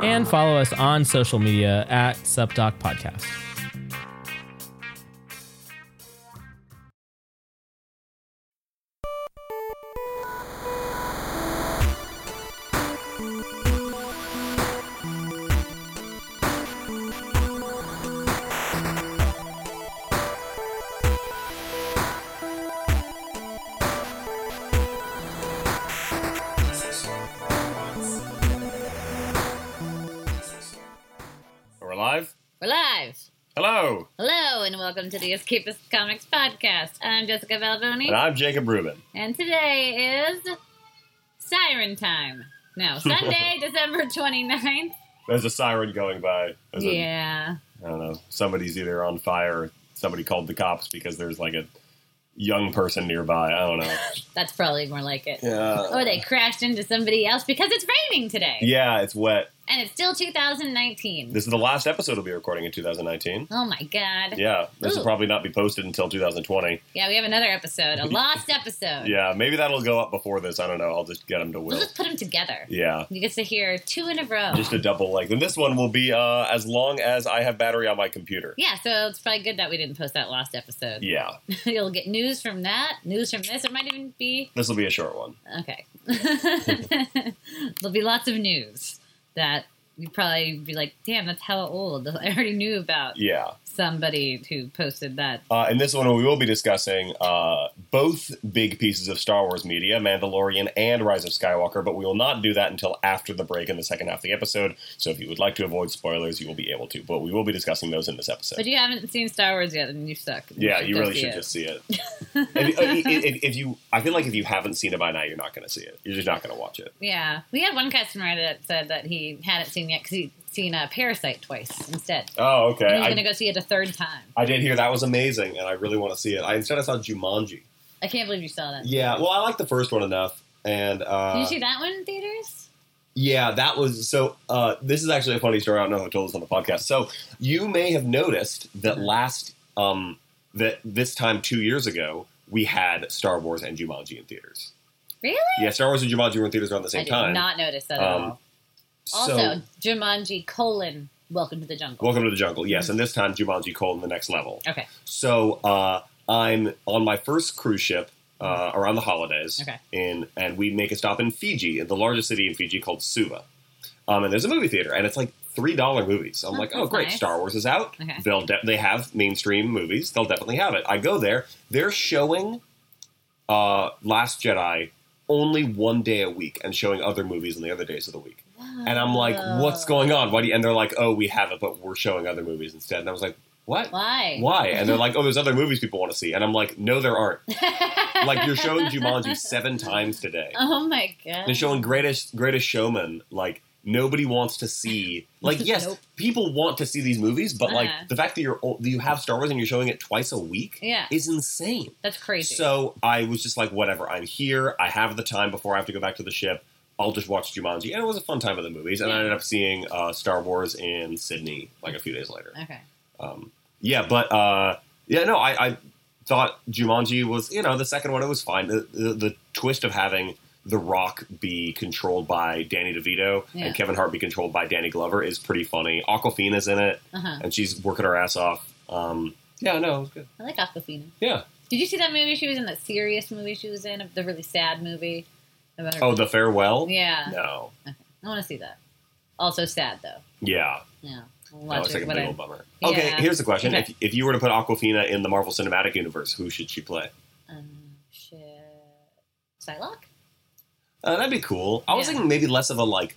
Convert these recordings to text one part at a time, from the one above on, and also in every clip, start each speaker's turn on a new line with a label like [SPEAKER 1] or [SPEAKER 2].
[SPEAKER 1] And follow us on social media at Subdoc Podcast.
[SPEAKER 2] We're live.
[SPEAKER 3] We're live.
[SPEAKER 2] Hello,
[SPEAKER 3] Hello, and welcome to the Escapist Comics Podcast. I'm Jessica
[SPEAKER 2] and
[SPEAKER 3] Valvoni,
[SPEAKER 2] I'm Jacob Rubin.
[SPEAKER 3] and today is Siren Time. No, Sunday, December 29th.
[SPEAKER 2] There's a siren going by. There's a-
[SPEAKER 3] Yeah.
[SPEAKER 2] I don't know. Somebody's either on fire. Somebody called the cops because there's like a young person nearby. I don't know.
[SPEAKER 3] That's probably more like it.
[SPEAKER 2] Yeah.
[SPEAKER 3] Or they crashed into somebody else because it's raining today.
[SPEAKER 2] Yeah, it's wet.
[SPEAKER 3] And it's still 2019.
[SPEAKER 2] This is the last episode we'll be recording in 2019.
[SPEAKER 3] oh my god.
[SPEAKER 2] Yeah, this will
[SPEAKER 3] Ooh.
[SPEAKER 2] probably not be posted until 2020.
[SPEAKER 3] Yeah, we have another episode, a lost episode.
[SPEAKER 2] Yeah, maybe that'll go up before this. I don't know. I'll just get them to
[SPEAKER 3] We'll
[SPEAKER 2] Will.
[SPEAKER 3] just put them together.
[SPEAKER 2] Yeah,
[SPEAKER 3] You get to hear two in a row.
[SPEAKER 2] just a double length. And this one will be uh, as long as I have battery on my computer.
[SPEAKER 3] yeah, so it's probably good that we didn't post that last episode.
[SPEAKER 2] Yeah,
[SPEAKER 3] You'll get news from that, news from this. It might even be
[SPEAKER 2] this will be a short one.
[SPEAKER 3] okay. There'll be lots of news that you probably be like, "Damn, that's hella old." I already knew about
[SPEAKER 2] Yeah.
[SPEAKER 3] somebody who posted that.
[SPEAKER 2] Uh, in this one, we will be discussing uh, both big pieces of Star Wars media, Mandalorian and Rise of Skywalker, but we will not do that until after the break in the second half of the episode. So if you would like to avoid spoilers, you will be able to, but we will be discussing those in this
[SPEAKER 3] But
[SPEAKER 2] episode.
[SPEAKER 3] you haven't seen Star Wars yet, and you suck.
[SPEAKER 2] yeah,
[SPEAKER 3] should
[SPEAKER 2] you
[SPEAKER 3] go
[SPEAKER 2] really
[SPEAKER 3] see
[SPEAKER 2] should
[SPEAKER 3] it.
[SPEAKER 2] just see it. if, if- if- if you, I feel like if you haven't seen it by now, you're not going to see it. You're just not going to watch it.
[SPEAKER 3] Yeah, we had one customer that said that he hadn't seen yet because he'd seen a Parasite twice instead.
[SPEAKER 2] Oh, okay.
[SPEAKER 3] And he's gonna
[SPEAKER 2] I,
[SPEAKER 3] go see it a third time.
[SPEAKER 2] I did hear that was amazing, and I really want to see it. I instead I saw Jumanji.
[SPEAKER 3] I can't believe you saw that.
[SPEAKER 2] Yeah, well, I like the first one enough, and uh,
[SPEAKER 3] Did you see that one in theaters?
[SPEAKER 2] Yeah, that was so. Uh, this is actually a funny story. I don't know who told this on the podcast. So you may have noticed that last um, that this time two years ago we had Star Wars and Jumanji in theaters.
[SPEAKER 3] Really?
[SPEAKER 2] Yeah, Star Wars and Jumanji were in theaters around the same
[SPEAKER 3] I did
[SPEAKER 2] time.
[SPEAKER 3] not notice that at
[SPEAKER 2] Um,
[SPEAKER 3] all.
[SPEAKER 2] so
[SPEAKER 3] Also, Jumanji colon Welcome to the Jungle.
[SPEAKER 2] welcome to the jungle. Yes,
[SPEAKER 3] Mm-hmm.
[SPEAKER 2] and this time Jumanji: Cold in the next level.
[SPEAKER 3] Okay,
[SPEAKER 2] So uh, I'm on my first cruise ship uh, around the holidays,
[SPEAKER 3] Mm-hmm. Okay.
[SPEAKER 2] in, and we make a stop in Fiji, in the largest city in Fiji called Suva. Um, and there's a movie theater, and it's like three dollar movies. I'm
[SPEAKER 3] Oh,
[SPEAKER 2] like, oh
[SPEAKER 3] that's
[SPEAKER 2] great,
[SPEAKER 3] nice.
[SPEAKER 2] Star Wars is out.
[SPEAKER 3] Okay.
[SPEAKER 2] They'll de- they have mainstream movies. They'll definitely have it. I go there. They're showing uh, Last Jedi only one day a week, and showing other movies on the other days of the week. And I'm like, what's going on? Why do you? And they're like, oh, we have it, but we're showing other movies instead. And I was like, what?
[SPEAKER 3] Why?
[SPEAKER 2] Why? And they're like, oh, there's other movies people want to see. And I'm like, no, there aren't. like, you're showing Jumanji seven times today.
[SPEAKER 3] Oh my god!
[SPEAKER 2] They're showing Greatest Greatest Showman. Like, nobody wants to see. Like, yes,
[SPEAKER 3] Nope.
[SPEAKER 2] people want to see these movies, but like
[SPEAKER 3] Uh-huh.
[SPEAKER 2] the fact that you're o- that you have Star Wars and you're showing it twice a week
[SPEAKER 3] Yeah.
[SPEAKER 2] is insane.
[SPEAKER 3] That's crazy.
[SPEAKER 2] So I was just like, whatever. I'm here. I have the time before I have to go back to the ship. I'll just watch Jumanji, and it was a fun time of the movies. And I
[SPEAKER 3] Yeah.
[SPEAKER 2] ended up seeing uh, Star Wars in Sydney like a few days later.
[SPEAKER 3] okay.
[SPEAKER 2] Um, yeah, but uh, yeah, no, I, I thought Jumanji was, you know, the second one, it was fine. The, the, the twist of having The Rock be controlled by Danny DeVito
[SPEAKER 3] Yeah.
[SPEAKER 2] and Kevin Hart be controlled by Danny Glover is pretty funny. Aquafina's in it,
[SPEAKER 3] Uh huh.
[SPEAKER 2] and she's working her ass off. Um, yeah, no, it was good.
[SPEAKER 3] I like Aquafina.
[SPEAKER 2] Yeah.
[SPEAKER 3] Did you see that movie she was in? That serious movie she was in? The really sad movie about her.
[SPEAKER 2] Oh, The Farewell?
[SPEAKER 3] yeah.
[SPEAKER 2] No.
[SPEAKER 3] I want to see that. Also sad though.
[SPEAKER 2] Yeah.
[SPEAKER 3] Yeah. I'll
[SPEAKER 2] That
[SPEAKER 3] Watch
[SPEAKER 2] looks like
[SPEAKER 3] it.
[SPEAKER 2] a
[SPEAKER 3] when
[SPEAKER 2] big
[SPEAKER 3] I-
[SPEAKER 2] old bummer. Okay,
[SPEAKER 3] Yeah.
[SPEAKER 2] here's the question.
[SPEAKER 3] Okay.
[SPEAKER 2] If, if you were to put Aquafina in the Marvel Cinematic Universe, who should she play?
[SPEAKER 3] um, Shit. Psylocke?
[SPEAKER 2] Uh, that'd be cool. I was
[SPEAKER 3] Yeah.
[SPEAKER 2] thinking maybe less of a like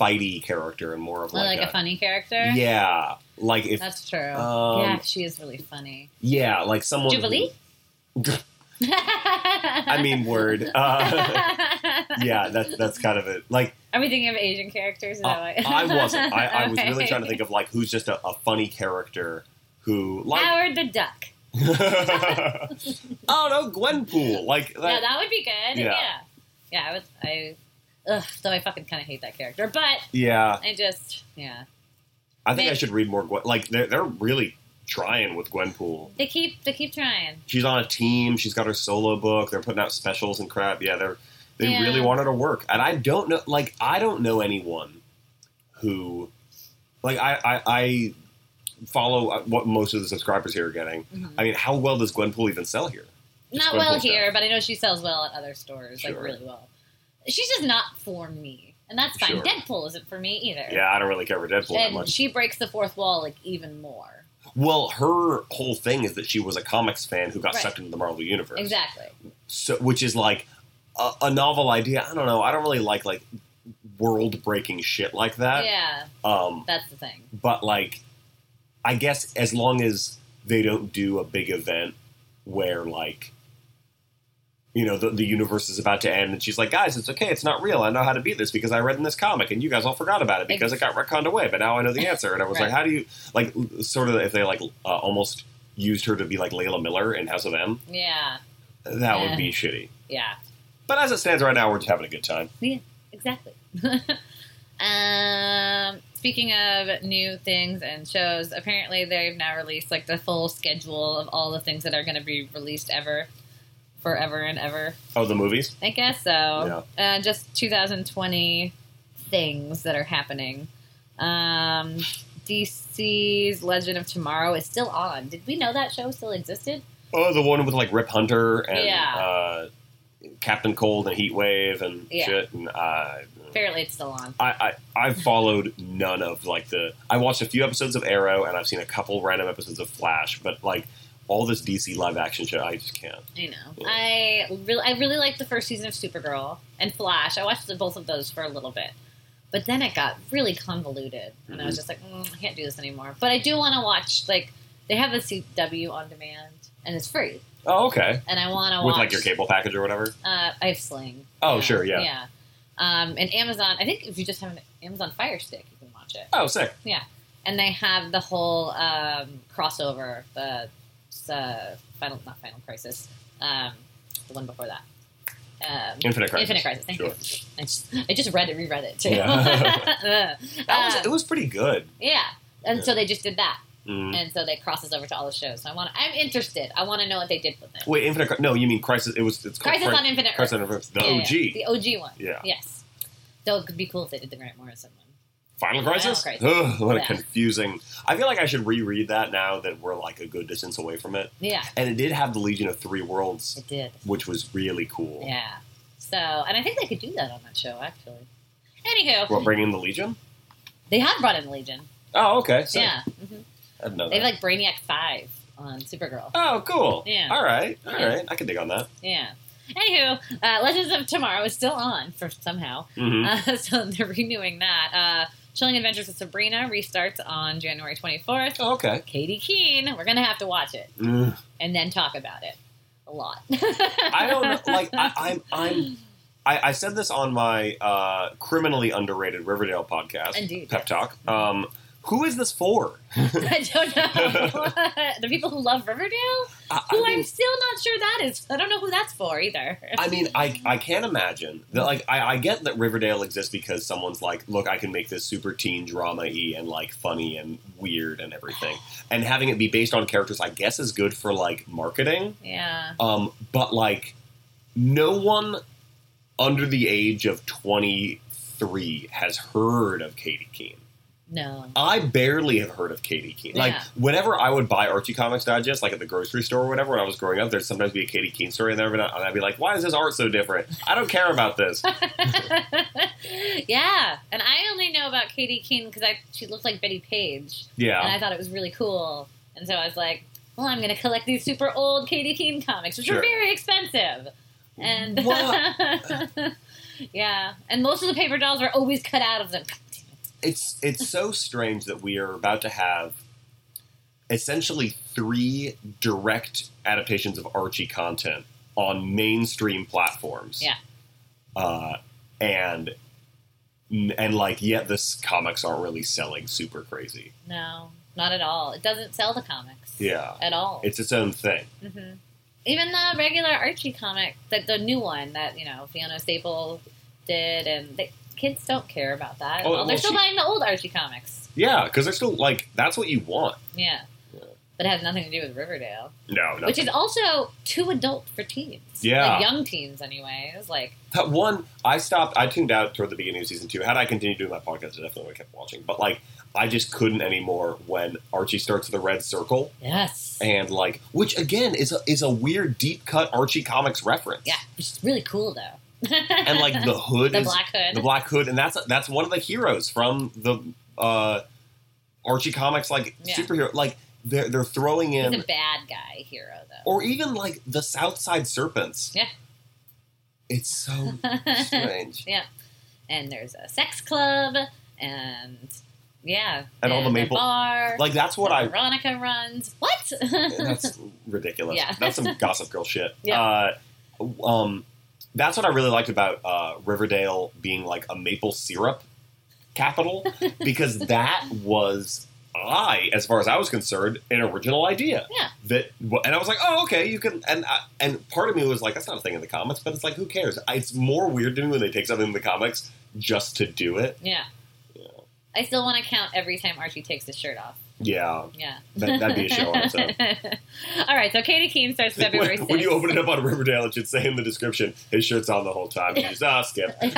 [SPEAKER 2] fighty character and more of
[SPEAKER 3] Like,
[SPEAKER 2] like,
[SPEAKER 3] a, funny character?
[SPEAKER 2] Oh yeah, like if
[SPEAKER 3] That's true.
[SPEAKER 2] Um,
[SPEAKER 3] yeah, she is really funny.
[SPEAKER 2] yeah, like someone who-
[SPEAKER 3] Jubilee? I
[SPEAKER 2] I mean, word. Uh, yeah, that, that's kind of it. Like
[SPEAKER 3] Are we thinking of Asian characters? Is that
[SPEAKER 2] I,
[SPEAKER 3] why?
[SPEAKER 2] Uh, I wasn't. I, I was really
[SPEAKER 3] Okay.
[SPEAKER 2] trying to think of like who's just a, a funny character who like.
[SPEAKER 3] Howard the Duck.
[SPEAKER 2] oh no, Gwenpool. Like that,
[SPEAKER 3] yeah, that would be good.
[SPEAKER 2] yeah.
[SPEAKER 3] Yeah. Yeah, I was. I. Ugh, though I fucking kind of hate that character, but
[SPEAKER 2] yeah.
[SPEAKER 3] I just yeah.
[SPEAKER 2] I think I
[SPEAKER 3] Maybe-
[SPEAKER 2] should read more. Gwen. Like they're they're really trying with Gwenpool.
[SPEAKER 3] They keep they keep trying.
[SPEAKER 2] She's on a team. She's got her solo book. They're putting out specials and crap. Yeah, they're they
[SPEAKER 3] Yeah.
[SPEAKER 2] really want her to work. And I don't know. Like I don't know anyone who like I I, I follow what most of the subscribers here are getting.
[SPEAKER 3] Mhm.
[SPEAKER 2] I mean, how well does Gwenpool even sell here?
[SPEAKER 3] Not
[SPEAKER 2] Gwenpool
[SPEAKER 3] well
[SPEAKER 2] stuff.
[SPEAKER 3] here, but I know she sells well at other stores, like
[SPEAKER 2] Sure.
[SPEAKER 3] really well. She's just not for me, and that's fine.
[SPEAKER 2] Sure.
[SPEAKER 3] Deadpool isn't for me either.
[SPEAKER 2] Yeah, I don't really care for Deadpool that
[SPEAKER 3] and
[SPEAKER 2] much.
[SPEAKER 3] she breaks the fourth wall like even more.
[SPEAKER 2] Well, her whole thing is that she was a comics fan who got
[SPEAKER 3] Right.
[SPEAKER 2] sucked into the Marvel universe.
[SPEAKER 3] Exactly.
[SPEAKER 2] So, which is like a, a novel idea. I don't know. I don't really like like world breaking shit like that.
[SPEAKER 3] yeah,
[SPEAKER 2] Um,
[SPEAKER 3] that's the thing.
[SPEAKER 2] but like, I guess as long as they don't do a big event where like. You know the, the universe is about to end, and she's like, "Guys, it's okay. It's not real. I know how to beat this because I read in this comic, and you guys all forgot about it because it got retconned away. But now I know the answer." And I was
[SPEAKER 3] Right.
[SPEAKER 2] like, "How do you like sort of if they like uh, almost used her to be like Layla Miller in House of M?
[SPEAKER 3] Yeah,
[SPEAKER 2] That
[SPEAKER 3] Yeah.
[SPEAKER 2] would be shitty."
[SPEAKER 3] yeah.
[SPEAKER 2] But as it stands right now, we're just having a good time.
[SPEAKER 3] Exactly. um, speaking of new things and shows, apparently they've now released like the full schedule of all the things that are going to be released ever, forever and ever.
[SPEAKER 2] Oh, the movies?
[SPEAKER 3] I guess so. Uh, just 2020 things that are happening. Um, DC's Legend of Tomorrow is still on. Did we know that show still existed?
[SPEAKER 2] Oh, the one with like Rip Hunter and
[SPEAKER 3] Yeah.
[SPEAKER 2] uh, Captain Cold and Heat Wave and
[SPEAKER 3] Yeah.
[SPEAKER 2] shit. And uh,
[SPEAKER 3] Apparently, it's still on.
[SPEAKER 2] I, I I've followed none of like the. I watched a few episodes of Arrow and I've seen a couple random episodes of Flash, but like all this DC live action shit, I just can't.
[SPEAKER 3] I know. I really, I really liked the first season of Supergirl and Flash. I watched the, both of those for a little bit, but then it got really convoluted, and I
[SPEAKER 2] Mm-hmm.
[SPEAKER 3] was just like, mm, I can't do this anymore. But I do want to watch. Like, they have the CW on demand, and it's free,
[SPEAKER 2] Oh, okay.
[SPEAKER 3] and I want to watch.
[SPEAKER 2] With like your cable package or whatever.
[SPEAKER 3] Uh, I have Sling.
[SPEAKER 2] Oh,
[SPEAKER 3] Yeah,
[SPEAKER 2] sure, yeah.
[SPEAKER 3] yeah. Um, and Amazon. I think if you just have an Amazon Fire Stick, you can watch it.
[SPEAKER 2] Oh, sick.
[SPEAKER 3] And they have the whole um, crossover, the uh, final, not Final Crisis, um, the one before that. Um,
[SPEAKER 2] Infinite Crisis.
[SPEAKER 3] Infinite Crisis. Thank
[SPEAKER 2] Sure.
[SPEAKER 3] you. I just, I just read it, reread it too.
[SPEAKER 2] Yeah. That was,
[SPEAKER 3] Uh,
[SPEAKER 2] it was pretty good.
[SPEAKER 3] yeah. And so they just did that,
[SPEAKER 2] Mm.
[SPEAKER 3] and so they crosses over to all the shows. So I want, I'm interested. I want to know what they did with it.
[SPEAKER 2] Wait, Infinite? Cri- No, you mean Crisis? It was. It's called
[SPEAKER 3] Crisis
[SPEAKER 2] Cri-
[SPEAKER 3] on Infinite
[SPEAKER 2] Crisis
[SPEAKER 3] Earths.
[SPEAKER 2] on Earth, The
[SPEAKER 3] Yeah, yeah,
[SPEAKER 2] OG.
[SPEAKER 3] yeah. the OG one.
[SPEAKER 2] Yeah.
[SPEAKER 3] Yes. Though it could be cool if they did the Grant Morrison one.
[SPEAKER 2] Final Crisis?
[SPEAKER 3] Crisis.
[SPEAKER 2] Ugh, what a
[SPEAKER 3] Yeah.
[SPEAKER 2] confusing. I feel like I should reread that now that we're like a good distance away from it.
[SPEAKER 3] Yeah,
[SPEAKER 2] And it did have the Legion of Three Worlds,
[SPEAKER 3] it did.
[SPEAKER 2] which was really cool.
[SPEAKER 3] Yeah. So, and I think they could do that on that show actually. Anywho,
[SPEAKER 2] What, bringing in the Legion?
[SPEAKER 3] they have brought in Legion.
[SPEAKER 2] Oh, okay. So
[SPEAKER 3] Yeah. hmm
[SPEAKER 2] I didn't know
[SPEAKER 3] They have
[SPEAKER 2] that.
[SPEAKER 3] like Brainiac Five on Supergirl.
[SPEAKER 2] Oh, cool.
[SPEAKER 3] Yeah.
[SPEAKER 2] All right. All right.
[SPEAKER 3] Yeah.
[SPEAKER 2] I can dig on that.
[SPEAKER 3] Yeah. Anywho, uh, Legends of Tomorrow is still on for somehow,
[SPEAKER 2] hmm
[SPEAKER 3] uh, so they're renewing that. Uh, Chilling Adventures of Sabrina restarts on January 24th.
[SPEAKER 2] Oh, okay.
[SPEAKER 3] Katie Keene, we're gonna have to watch it
[SPEAKER 2] Mm.
[SPEAKER 3] and then talk about it a lot.
[SPEAKER 2] I don't know. Like, I, I'm. I'm I, I said this on my uh, criminally underrated Riverdale podcast,
[SPEAKER 3] Indeed,
[SPEAKER 2] Pep
[SPEAKER 3] yes.
[SPEAKER 2] Talk. Um, who is this for?
[SPEAKER 3] I don't know the people who love Riverdale.
[SPEAKER 2] I, I
[SPEAKER 3] Who
[SPEAKER 2] mean-
[SPEAKER 3] I'm still not sure that is. I don't know who that's for either.
[SPEAKER 2] I mean, I I can imagine that. Like, I, I get that Riverdale exists because someone's like, look, I can make this super teen drama y and like funny and weird and everything, and having it be based on characters, I guess, is good for like marketing.
[SPEAKER 3] yeah.
[SPEAKER 2] Um, but like, no one under the age of twenty three has heard of Katie Keene.
[SPEAKER 3] No.
[SPEAKER 2] I barely have heard of Katie Keene. Like
[SPEAKER 3] Yeah.
[SPEAKER 2] whenever I would buy Archie Comics Digest, like at the grocery store or whatever, when I was growing up, there'd sometimes be a Katie Keene story in there, and I'd be like, "Why is this art so different? I don't care about this."
[SPEAKER 3] yeah. And I only know about Katie Keene because I she looked like Betty Page, and
[SPEAKER 2] Yeah,
[SPEAKER 3] I thought it was really cool, and so I was like, well, I'm going to collect these super old Katie Keene comics, which
[SPEAKER 2] Sure.
[SPEAKER 3] are very expensive. And
[SPEAKER 2] Wow.
[SPEAKER 3] yeah, and most of the paper dolls are always cut out of them. God damn it.
[SPEAKER 2] It's it's so strange that we are about to have essentially three direct adaptations of Archie content on mainstream platforms.
[SPEAKER 3] Yeah.
[SPEAKER 2] Uh, and and like yet this comics aren't really selling super crazy.
[SPEAKER 3] No, not at all. It doesn't sell the comics.
[SPEAKER 2] Yeah.
[SPEAKER 3] At all.
[SPEAKER 2] It's its own thing.
[SPEAKER 3] hmm Even the regular Archie comic, the, the new one that you know Fiona Staple did, and the kids don't care about that. at
[SPEAKER 2] Oh,
[SPEAKER 3] all.
[SPEAKER 2] well,
[SPEAKER 3] They're still
[SPEAKER 2] she-
[SPEAKER 3] buying the old Archie comics.
[SPEAKER 2] Yeah, because they're still like that's what you want.
[SPEAKER 3] Yeah.
[SPEAKER 2] Yeah.
[SPEAKER 3] But it has nothing to do with Riverdale,
[SPEAKER 2] No, no.
[SPEAKER 3] which is also too adult for teens.
[SPEAKER 2] Yeah.
[SPEAKER 3] like young teens, anyways. Like,
[SPEAKER 2] That one, I stopped. I tuned out toward the beginning of season two. Had I continued doing my podcast, I definitely would have kept watching. But like, I just couldn't anymore when Archie starts the red circle,
[SPEAKER 3] yes,
[SPEAKER 2] and like, which again is a, is a weird deep cut Archie comics reference.
[SPEAKER 3] yeah, which is really cool though.
[SPEAKER 2] and like the hood,
[SPEAKER 3] the
[SPEAKER 2] is,
[SPEAKER 3] black hood,
[SPEAKER 2] the black hood, and that's that's one of the heroes from the uh, Archie comics, like
[SPEAKER 3] Yeah.
[SPEAKER 2] superhero. Like they're they're throwing in,
[SPEAKER 3] he's a bad guy hero though.
[SPEAKER 2] or even like the Southside Serpents.
[SPEAKER 3] Yeah.
[SPEAKER 2] it's so strange.
[SPEAKER 3] Yeah. And there's a sex club and yeah.
[SPEAKER 2] And all the
[SPEAKER 3] a
[SPEAKER 2] maple-
[SPEAKER 3] bar.
[SPEAKER 2] Like that's what
[SPEAKER 3] that
[SPEAKER 2] I
[SPEAKER 3] Veronica runs. What?
[SPEAKER 2] that's ridiculous.
[SPEAKER 3] Yeah.
[SPEAKER 2] That's some gossip girl shit.
[SPEAKER 3] Yeah.
[SPEAKER 2] Uh, um, that's what I really liked about uh, Riverdale being like a maple syrup capital because that was I, as far as I was concerned, an original idea.
[SPEAKER 3] Yeah.
[SPEAKER 2] That and I was like, oh, okay, you can. And I, and part of me was like, that's not a thing in the comics, but it's like, who cares? I, it's more weird to me when they take something in the comics just to do it.
[SPEAKER 3] yeah.
[SPEAKER 2] Yeah.
[SPEAKER 3] I still want to count every time Archie takes his shirt off.
[SPEAKER 2] Yeah,
[SPEAKER 3] Yeah.
[SPEAKER 2] that, that'd be a show on its own.
[SPEAKER 3] All right, so Katie Keene starts February
[SPEAKER 2] when,
[SPEAKER 3] 6th.
[SPEAKER 2] when you open it up on Riverdale, it should say in the description, his shirt's on the whole time. You just, ah, skip.
[SPEAKER 3] All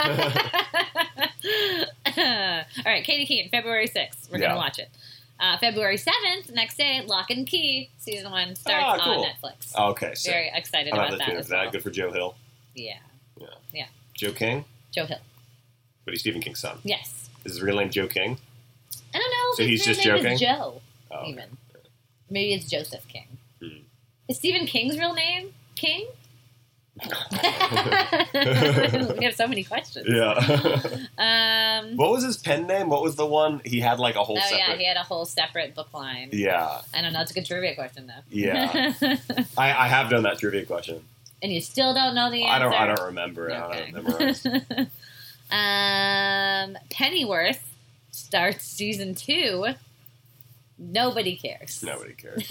[SPEAKER 3] right, Katie Keene, February 6th. We're
[SPEAKER 2] Yeah.
[SPEAKER 3] going to watch it. Uh, February 7th, next day, Lock and Key, season one starts
[SPEAKER 2] Ah, cool.
[SPEAKER 3] on Netflix.
[SPEAKER 2] okay, so
[SPEAKER 3] Very excited
[SPEAKER 2] I'm not
[SPEAKER 3] about that.
[SPEAKER 2] listening
[SPEAKER 3] As
[SPEAKER 2] to that.
[SPEAKER 3] well.
[SPEAKER 2] Good for Joe Hill.
[SPEAKER 3] Yeah.
[SPEAKER 2] Joe King?
[SPEAKER 3] Joe Hill.
[SPEAKER 2] But he's Stephen King's son.
[SPEAKER 3] Yes.
[SPEAKER 2] Is his real name Joe King?
[SPEAKER 3] I don't know. If
[SPEAKER 2] So
[SPEAKER 3] his
[SPEAKER 2] he's
[SPEAKER 3] real
[SPEAKER 2] just
[SPEAKER 3] name
[SPEAKER 2] joking?
[SPEAKER 3] Is Joe,
[SPEAKER 2] Oh, okay.
[SPEAKER 3] even. Maybe it's Joseph King.
[SPEAKER 2] Hmm.
[SPEAKER 3] Is Stephen King's real name King? we have so many questions.
[SPEAKER 2] yeah.
[SPEAKER 3] Um.
[SPEAKER 2] what was his pen name? What was the one? He had like a whole
[SPEAKER 3] oh yeah,
[SPEAKER 2] separate.
[SPEAKER 3] he had a whole separate book line.
[SPEAKER 2] yeah.
[SPEAKER 3] I don't know. It's a good trivia question though.
[SPEAKER 2] Yeah. I, I have done that trivia question.
[SPEAKER 3] and you still don't know the answer.
[SPEAKER 2] I don't I don't remember. it. I
[SPEAKER 3] Okay.
[SPEAKER 2] don't remember.
[SPEAKER 3] um. Pennyworth starts season two. Nobody cares.
[SPEAKER 2] Nobody cares.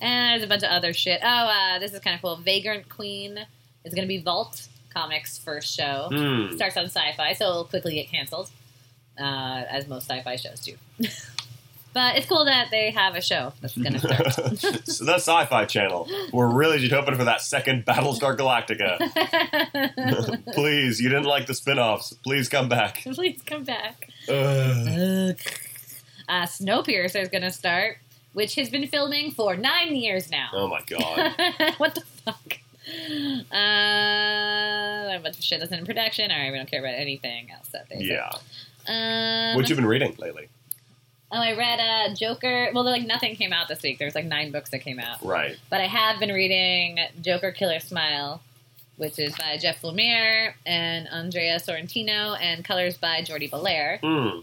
[SPEAKER 3] and there's a bunch of other shit. Oh, uh, this is kind of cool. Vagrant Queen is going to be Vault Comics' first show.
[SPEAKER 2] Hmm.
[SPEAKER 3] Starts on Sci-Fi, so it'll quickly get canceled, uh, as most Sci-Fi shows do. but it's cool that they have a show that's going to start.
[SPEAKER 2] so the Sci-Fi Channel. We're really just hoping for that second Battlestar Galactica. Please, you didn't like the spin-offs. Please come back.
[SPEAKER 3] Please come back.
[SPEAKER 2] Ugh.
[SPEAKER 3] Uh, Snowpiercer is going to start, which has been filming for nine years now.
[SPEAKER 2] Oh my god.
[SPEAKER 3] what the fuck? Uh, a bunch of shit that's in production. All right, we don't care about anything else that they.
[SPEAKER 2] Yeah.
[SPEAKER 3] Um,
[SPEAKER 2] What you been reading lately?
[SPEAKER 3] oh, I read uh, Joker. Well, like nothing came out this week. There's like nine books that came out,
[SPEAKER 2] Right.
[SPEAKER 3] but I have been reading Joker Killer Smile, which is by Jeff Lemire and Andrea Sorrentino, and colors by Jordi Belair.
[SPEAKER 2] Mm.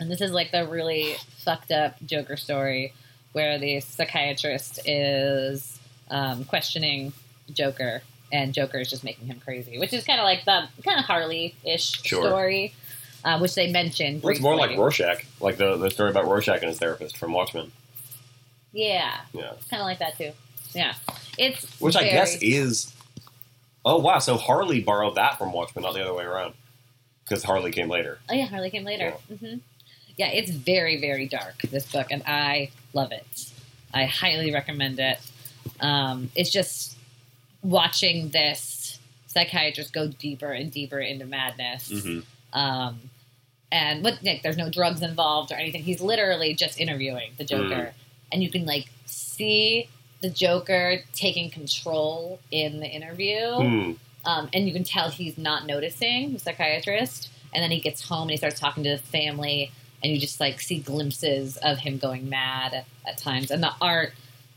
[SPEAKER 3] And this is like the really fucked up Joker story where the psychiatrist is um, questioning Joker and Joker is just making him crazy, which is kind of like the kind of Harley ish
[SPEAKER 2] Sure.
[SPEAKER 3] story, uh, which they mentioned.
[SPEAKER 2] Well, it's more like
[SPEAKER 3] briefly.
[SPEAKER 2] Rorschach, like the, the story about Rorschach and his therapist from Watchmen.
[SPEAKER 3] Yeah,
[SPEAKER 2] Yeah.
[SPEAKER 3] kind of like that too. Yeah. It's
[SPEAKER 2] Which I
[SPEAKER 3] very-
[SPEAKER 2] guess is. Oh, wow. So Harley borrowed that from Watchmen, not the other way around. Because Harley came later.
[SPEAKER 3] Oh yeah, Harley came later. Yeah. hmm yeah, it's very very dark this book, and I love it. I highly recommend it. Um, it's just watching this psychiatrist go deeper and deeper into madness.
[SPEAKER 2] Mm-hmm.
[SPEAKER 3] Um, and what Nick, there's no drugs involved or anything. He's literally just interviewing the Joker,
[SPEAKER 2] Mm-hmm.
[SPEAKER 3] and you can like see the Joker taking control in the interview
[SPEAKER 2] Hmm.
[SPEAKER 3] um, and you can tell he's not noticing the psychiatrist. And then he gets home and he starts talking to the family, and you just like see glimpses of him going mad at times. And the art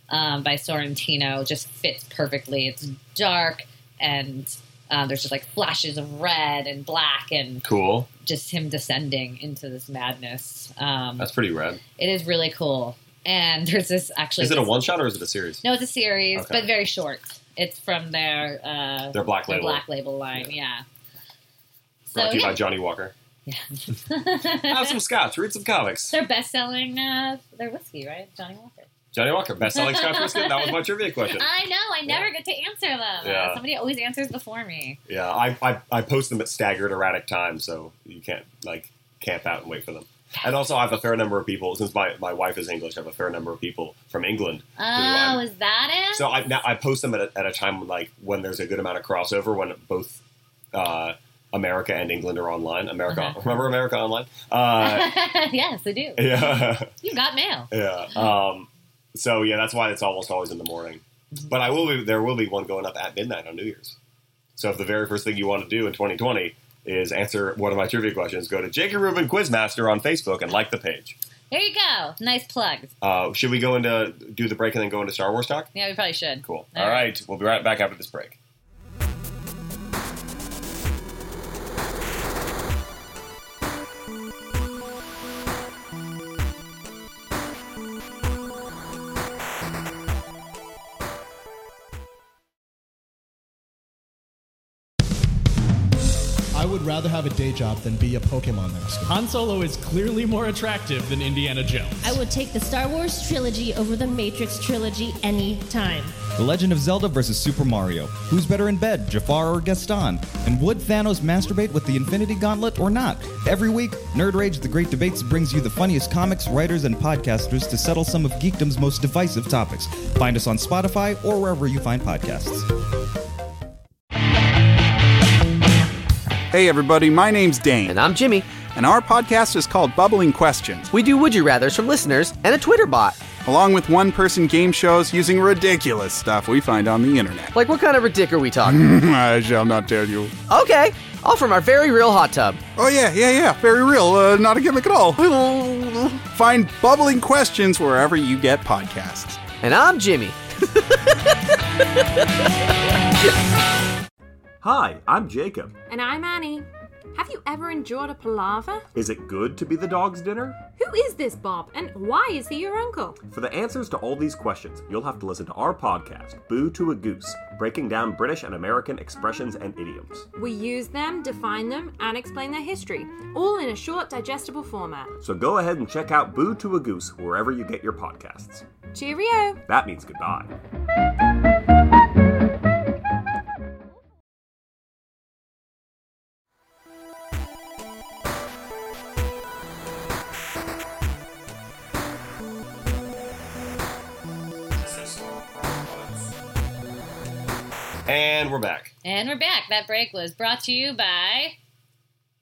[SPEAKER 3] um, by Sorrentino just fits perfectly. It's dark and uh, there's just like flashes of red and black and
[SPEAKER 2] Cool.
[SPEAKER 3] just him descending into this madness. Um,
[SPEAKER 2] That's pretty rad.
[SPEAKER 3] it is really cool. And there's this actually.
[SPEAKER 2] Is it a one shot or is it a series?
[SPEAKER 3] No, it's a series,
[SPEAKER 2] Okay.
[SPEAKER 3] but very short. It's from their uh,
[SPEAKER 2] They're black
[SPEAKER 3] their
[SPEAKER 2] label.
[SPEAKER 3] black label line. Yeah.
[SPEAKER 2] Brought to you
[SPEAKER 3] yeah.
[SPEAKER 2] by Johnny Walker. Have
[SPEAKER 3] Yeah.
[SPEAKER 2] some scotch. Read some comics.
[SPEAKER 3] their best selling uh, their whiskey, right? Johnny Walker.
[SPEAKER 2] Johnny Walker, best-selling scotch whiskey. That was my trivia question.
[SPEAKER 3] I know. I never get to answer them.
[SPEAKER 2] Yeah.
[SPEAKER 3] Uh, somebody always answers before me.
[SPEAKER 2] Yeah, I, I, I post them at staggered erratic times, so you can't like camp out and wait for them. And also, I have a fair number of people since my, my wife is English. I have a fair number of people from England.
[SPEAKER 3] Oh, is that it?
[SPEAKER 2] So I now I post them at a, at a time when, like when there's a good amount of crossover when both uh, America and England are online. America,
[SPEAKER 3] Uh-huh.
[SPEAKER 2] remember America online? Uh,
[SPEAKER 3] yes, I do.
[SPEAKER 2] yeah,
[SPEAKER 3] You got mail.
[SPEAKER 2] yeah. Um, so yeah, that's why it's almost always in the morning.
[SPEAKER 3] Mhm.
[SPEAKER 2] But I will be there will be one going up at midnight on New Year's. So if the very first thing you want to do in 2020 is answer one of my trivia questions, go to Jacob Rubin Quizmaster on Facebook and like the page.
[SPEAKER 3] There you go. Nice plug.
[SPEAKER 2] Uh, should we go into do the break and then go into Star Wars talk?
[SPEAKER 3] Yeah, we probably should.
[SPEAKER 2] Cool.
[SPEAKER 3] All
[SPEAKER 2] All right, we'll be right back after this break.
[SPEAKER 4] I would rather have a day job than be a Pokemon master.
[SPEAKER 1] Han Solo is clearly more attractive than Indiana Jones.
[SPEAKER 5] I would take the Star Wars trilogy over the Matrix trilogy any time.
[SPEAKER 6] The Legend of Zelda versus Super Mario. Who's better in bed, Jafar or Gaston? And would Thanos masturbate with the Infinity Gauntlet or not? Every week, Nerd Rage The Great Debates brings you the funniest comics, writers, and podcasters to settle some of geekdom's most divisive topics. Find us on Spotify or wherever you find podcasts.
[SPEAKER 7] Hey, everybody, my name's Dane,
[SPEAKER 8] And I'm Jimmy.
[SPEAKER 7] and our podcast is called Bubbling Questions,
[SPEAKER 8] We do Would You Rathers from listeners and a Twitter bot.
[SPEAKER 7] along with one person game shows using ridiculous stuff we find on the internet.
[SPEAKER 8] Like, what kind of ridic are we talking?
[SPEAKER 7] I shall not tell you.
[SPEAKER 8] okay, all from our very real hot tub.
[SPEAKER 7] Oh, yeah, yeah, yeah, very real, uh, not a gimmick at all. find Bubbling Questions wherever you get podcasts.
[SPEAKER 8] And I'm Jimmy.
[SPEAKER 9] Hi, I'm Jacob.
[SPEAKER 10] And I'm Annie. Have you ever enjoyed a palaver?
[SPEAKER 9] Is it good to be the dog's dinner?
[SPEAKER 10] Who is this Bob, and why is he your uncle?
[SPEAKER 9] For the answers to all these questions, you'll have to listen to our podcast, Boo to a Goose, breaking down British and American expressions and idioms.
[SPEAKER 10] We use them, define them, and explain their history, all in a short, digestible format.
[SPEAKER 9] So go ahead and check out Boo to a Goose wherever you get your podcasts.
[SPEAKER 10] Cheerio!
[SPEAKER 9] That means goodbye.
[SPEAKER 2] And we're back.
[SPEAKER 3] And we're back. That break was brought to you by.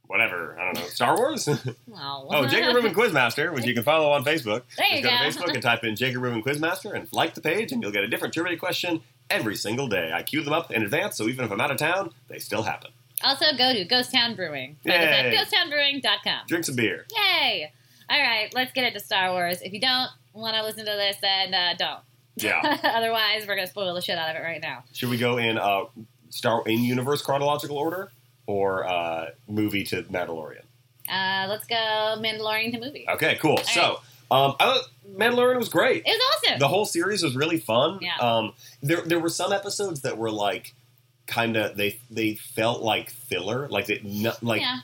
[SPEAKER 2] Whatever. I don't know. Star Wars?
[SPEAKER 3] Oh,
[SPEAKER 2] oh, Jacob Rubin Quizmaster, which you can follow on Facebook.
[SPEAKER 3] There you
[SPEAKER 2] Just go,
[SPEAKER 3] go.
[SPEAKER 2] to Facebook and type in Jacob Rubin Quizmaster and like the page, and you'll get a different trivia question every single day. I queue them up in advance, so even if I'm out of town, they still happen.
[SPEAKER 3] Also, go to Ghost Town Brewing. Find us
[SPEAKER 2] Yay.
[SPEAKER 3] at ghosttownbrewing.com.
[SPEAKER 2] Drink some beer.
[SPEAKER 3] Yay! All right, let's get into Star Wars. If you don't want to listen to this, then uh, don't.
[SPEAKER 2] Yeah.
[SPEAKER 3] Otherwise, we're going to spoil the shit out of it right now.
[SPEAKER 2] Should we go in uh, Star in universe chronological order or uh, movie to Mandalorian?
[SPEAKER 3] Uh, let's go Mandalorian to movie.
[SPEAKER 2] Okay, cool. so, um, I, Mandalorian was great.
[SPEAKER 3] It was awesome.
[SPEAKER 2] the whole series was really fun.
[SPEAKER 3] Yeah.
[SPEAKER 2] Um, there there were some episodes that were like kind of they they felt like filler, like they no, like
[SPEAKER 3] yeah.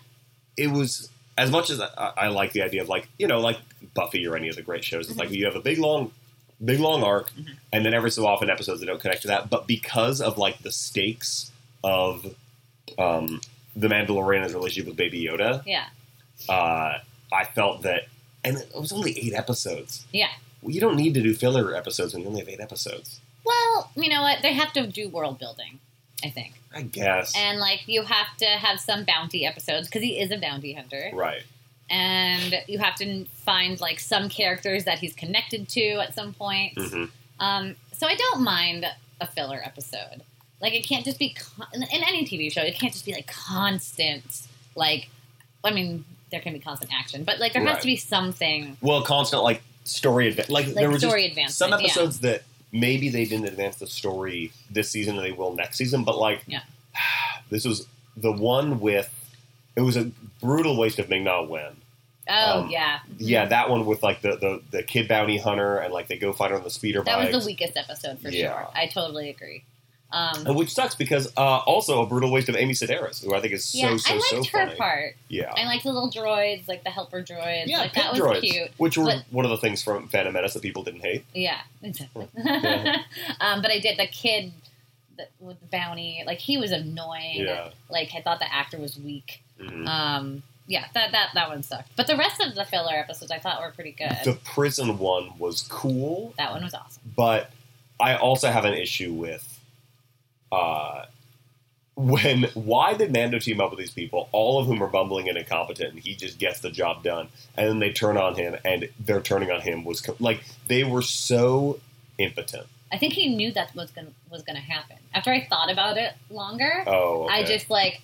[SPEAKER 2] it was as much as I, I I like the idea of like you know like Buffy or any of the great shows. It's like
[SPEAKER 3] Mm-hmm.
[SPEAKER 2] you have a big long big long arc, and then every so often episodes that don't connect to that. But because of like the stakes of um, the Mandalorian's relationship with Baby Yoda,
[SPEAKER 3] Yeah.
[SPEAKER 2] uh, I felt that, and it was only eight episodes.
[SPEAKER 3] Yeah.
[SPEAKER 2] Well, you don't need to do filler episodes when you only have eight episodes.
[SPEAKER 3] Well, you know what? They have to do world building, I think.
[SPEAKER 2] I guess.
[SPEAKER 3] And, like, you have to have some bounty episodes because he is a bounty hunter.
[SPEAKER 2] right.
[SPEAKER 3] And you have to find, like, some characters that he's connected to at some point.
[SPEAKER 2] Mhm.
[SPEAKER 3] Um, so I don't mind a filler episode. Like it can't just be con- in in any TV show. It can't just be like constant. Like, I mean, there can be constant action, but like there
[SPEAKER 2] Right.
[SPEAKER 3] has to be something.
[SPEAKER 2] Well, constant like story advance. Like, there were
[SPEAKER 3] story
[SPEAKER 2] just
[SPEAKER 3] advancement,
[SPEAKER 2] Some
[SPEAKER 3] yeah.
[SPEAKER 2] episodes that maybe they didn't advance the story this season and they will next season, but like
[SPEAKER 3] Yeah.
[SPEAKER 2] this was the one with it was a brutal waste of Ming Na Wen.
[SPEAKER 3] Oh
[SPEAKER 2] Um,
[SPEAKER 3] yeah,
[SPEAKER 2] Yeah, that one with like the, the, the kid bounty hunter and like they go fight her on the speeder
[SPEAKER 3] that
[SPEAKER 2] bike.
[SPEAKER 3] was the weakest episode for
[SPEAKER 2] Yeah.
[SPEAKER 3] sure. I totally agree. Um,
[SPEAKER 2] And which sucks because uh, also a brutal waste of Amy Sedaris, who I think is so
[SPEAKER 3] yeah,
[SPEAKER 2] so
[SPEAKER 3] I
[SPEAKER 2] so
[SPEAKER 3] liked her
[SPEAKER 2] funny.
[SPEAKER 3] part.
[SPEAKER 2] Yeah.
[SPEAKER 3] I liked the little droids, like the helper droids.
[SPEAKER 2] yeah,
[SPEAKER 3] like
[SPEAKER 2] pit
[SPEAKER 3] that was
[SPEAKER 2] droids,
[SPEAKER 3] cute.
[SPEAKER 2] which were
[SPEAKER 3] But-
[SPEAKER 2] one of the things from Phantom Menace that people didn't hate.
[SPEAKER 3] Yeah, exactly.
[SPEAKER 2] Yeah.
[SPEAKER 3] um, but I did the kid that, with the bounty. Like he was annoying.
[SPEAKER 2] Yeah.
[SPEAKER 3] Like I thought the actor was weak.
[SPEAKER 2] Mhm.
[SPEAKER 3] Um, yeah, that, that that one sucked. But the rest of the filler episodes I thought were pretty good.
[SPEAKER 2] The prison one was cool,
[SPEAKER 3] that one was awesome.
[SPEAKER 2] but I also have an issue with uh, when why did Mando team up with these people, all of whom are bumbling and incompetent, and he just gets the job done, and then they turn on him, and their turning on him was co- like they were so impotent.
[SPEAKER 3] I think he knew that was gonna was gonna happen. After I thought about it longer,
[SPEAKER 2] Oh, okay.
[SPEAKER 3] I just like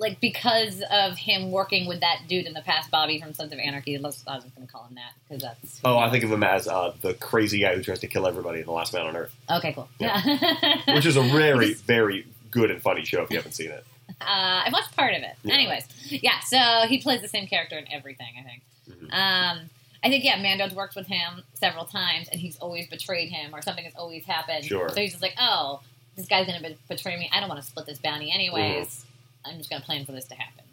[SPEAKER 3] like because of him working with that dude in the past, Bobby from Sons of Anarchy. let's- I was going to call him that because that's
[SPEAKER 2] Oh, I think of him as uh, the crazy guy who tries to kill everybody in The Last Man on Earth,
[SPEAKER 3] okay, cool.
[SPEAKER 2] Yeah.
[SPEAKER 3] Yeah.
[SPEAKER 2] which is a very, very good and funny show if you haven't seen it.
[SPEAKER 3] Uh, I watched part of it.
[SPEAKER 2] Yeah.
[SPEAKER 3] Anyways, yeah. So he plays the same character in everything. I think.
[SPEAKER 2] Mm-hmm.
[SPEAKER 3] Um, I think yeah, Mando's worked with him several times, and he's always betrayed him, or something has always happened.
[SPEAKER 11] Sure.
[SPEAKER 3] So he's just like, oh, this guy's gonna be- betray me. I don't want to split this bounty anyways.
[SPEAKER 2] Mm-hmm.
[SPEAKER 3] I'm just gonna plan for this to happen.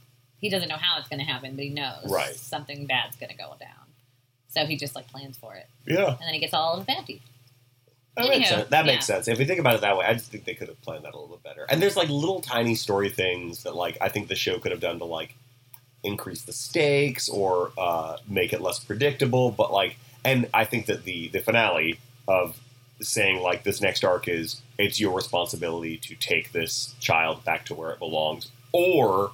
[SPEAKER 3] He doesn't know how it's gonna happen, but he knows
[SPEAKER 2] Right.
[SPEAKER 3] something bad's gonna go down. So he just like plans for it,
[SPEAKER 2] Yeah.
[SPEAKER 3] and then he gets all of the bounty.
[SPEAKER 2] That makes
[SPEAKER 3] Anywho,
[SPEAKER 2] sense. That makes
[SPEAKER 3] yeah.
[SPEAKER 2] sense. If we think about it that way, I just think they could have planned that a little bit better. And there's like little tiny story things that like I think the show could have done to like increase the stakes or uh, make it less predictable. But like, and I think that the the finale of saying like this next arc is it's your responsibility to take this child back to where it belongs, or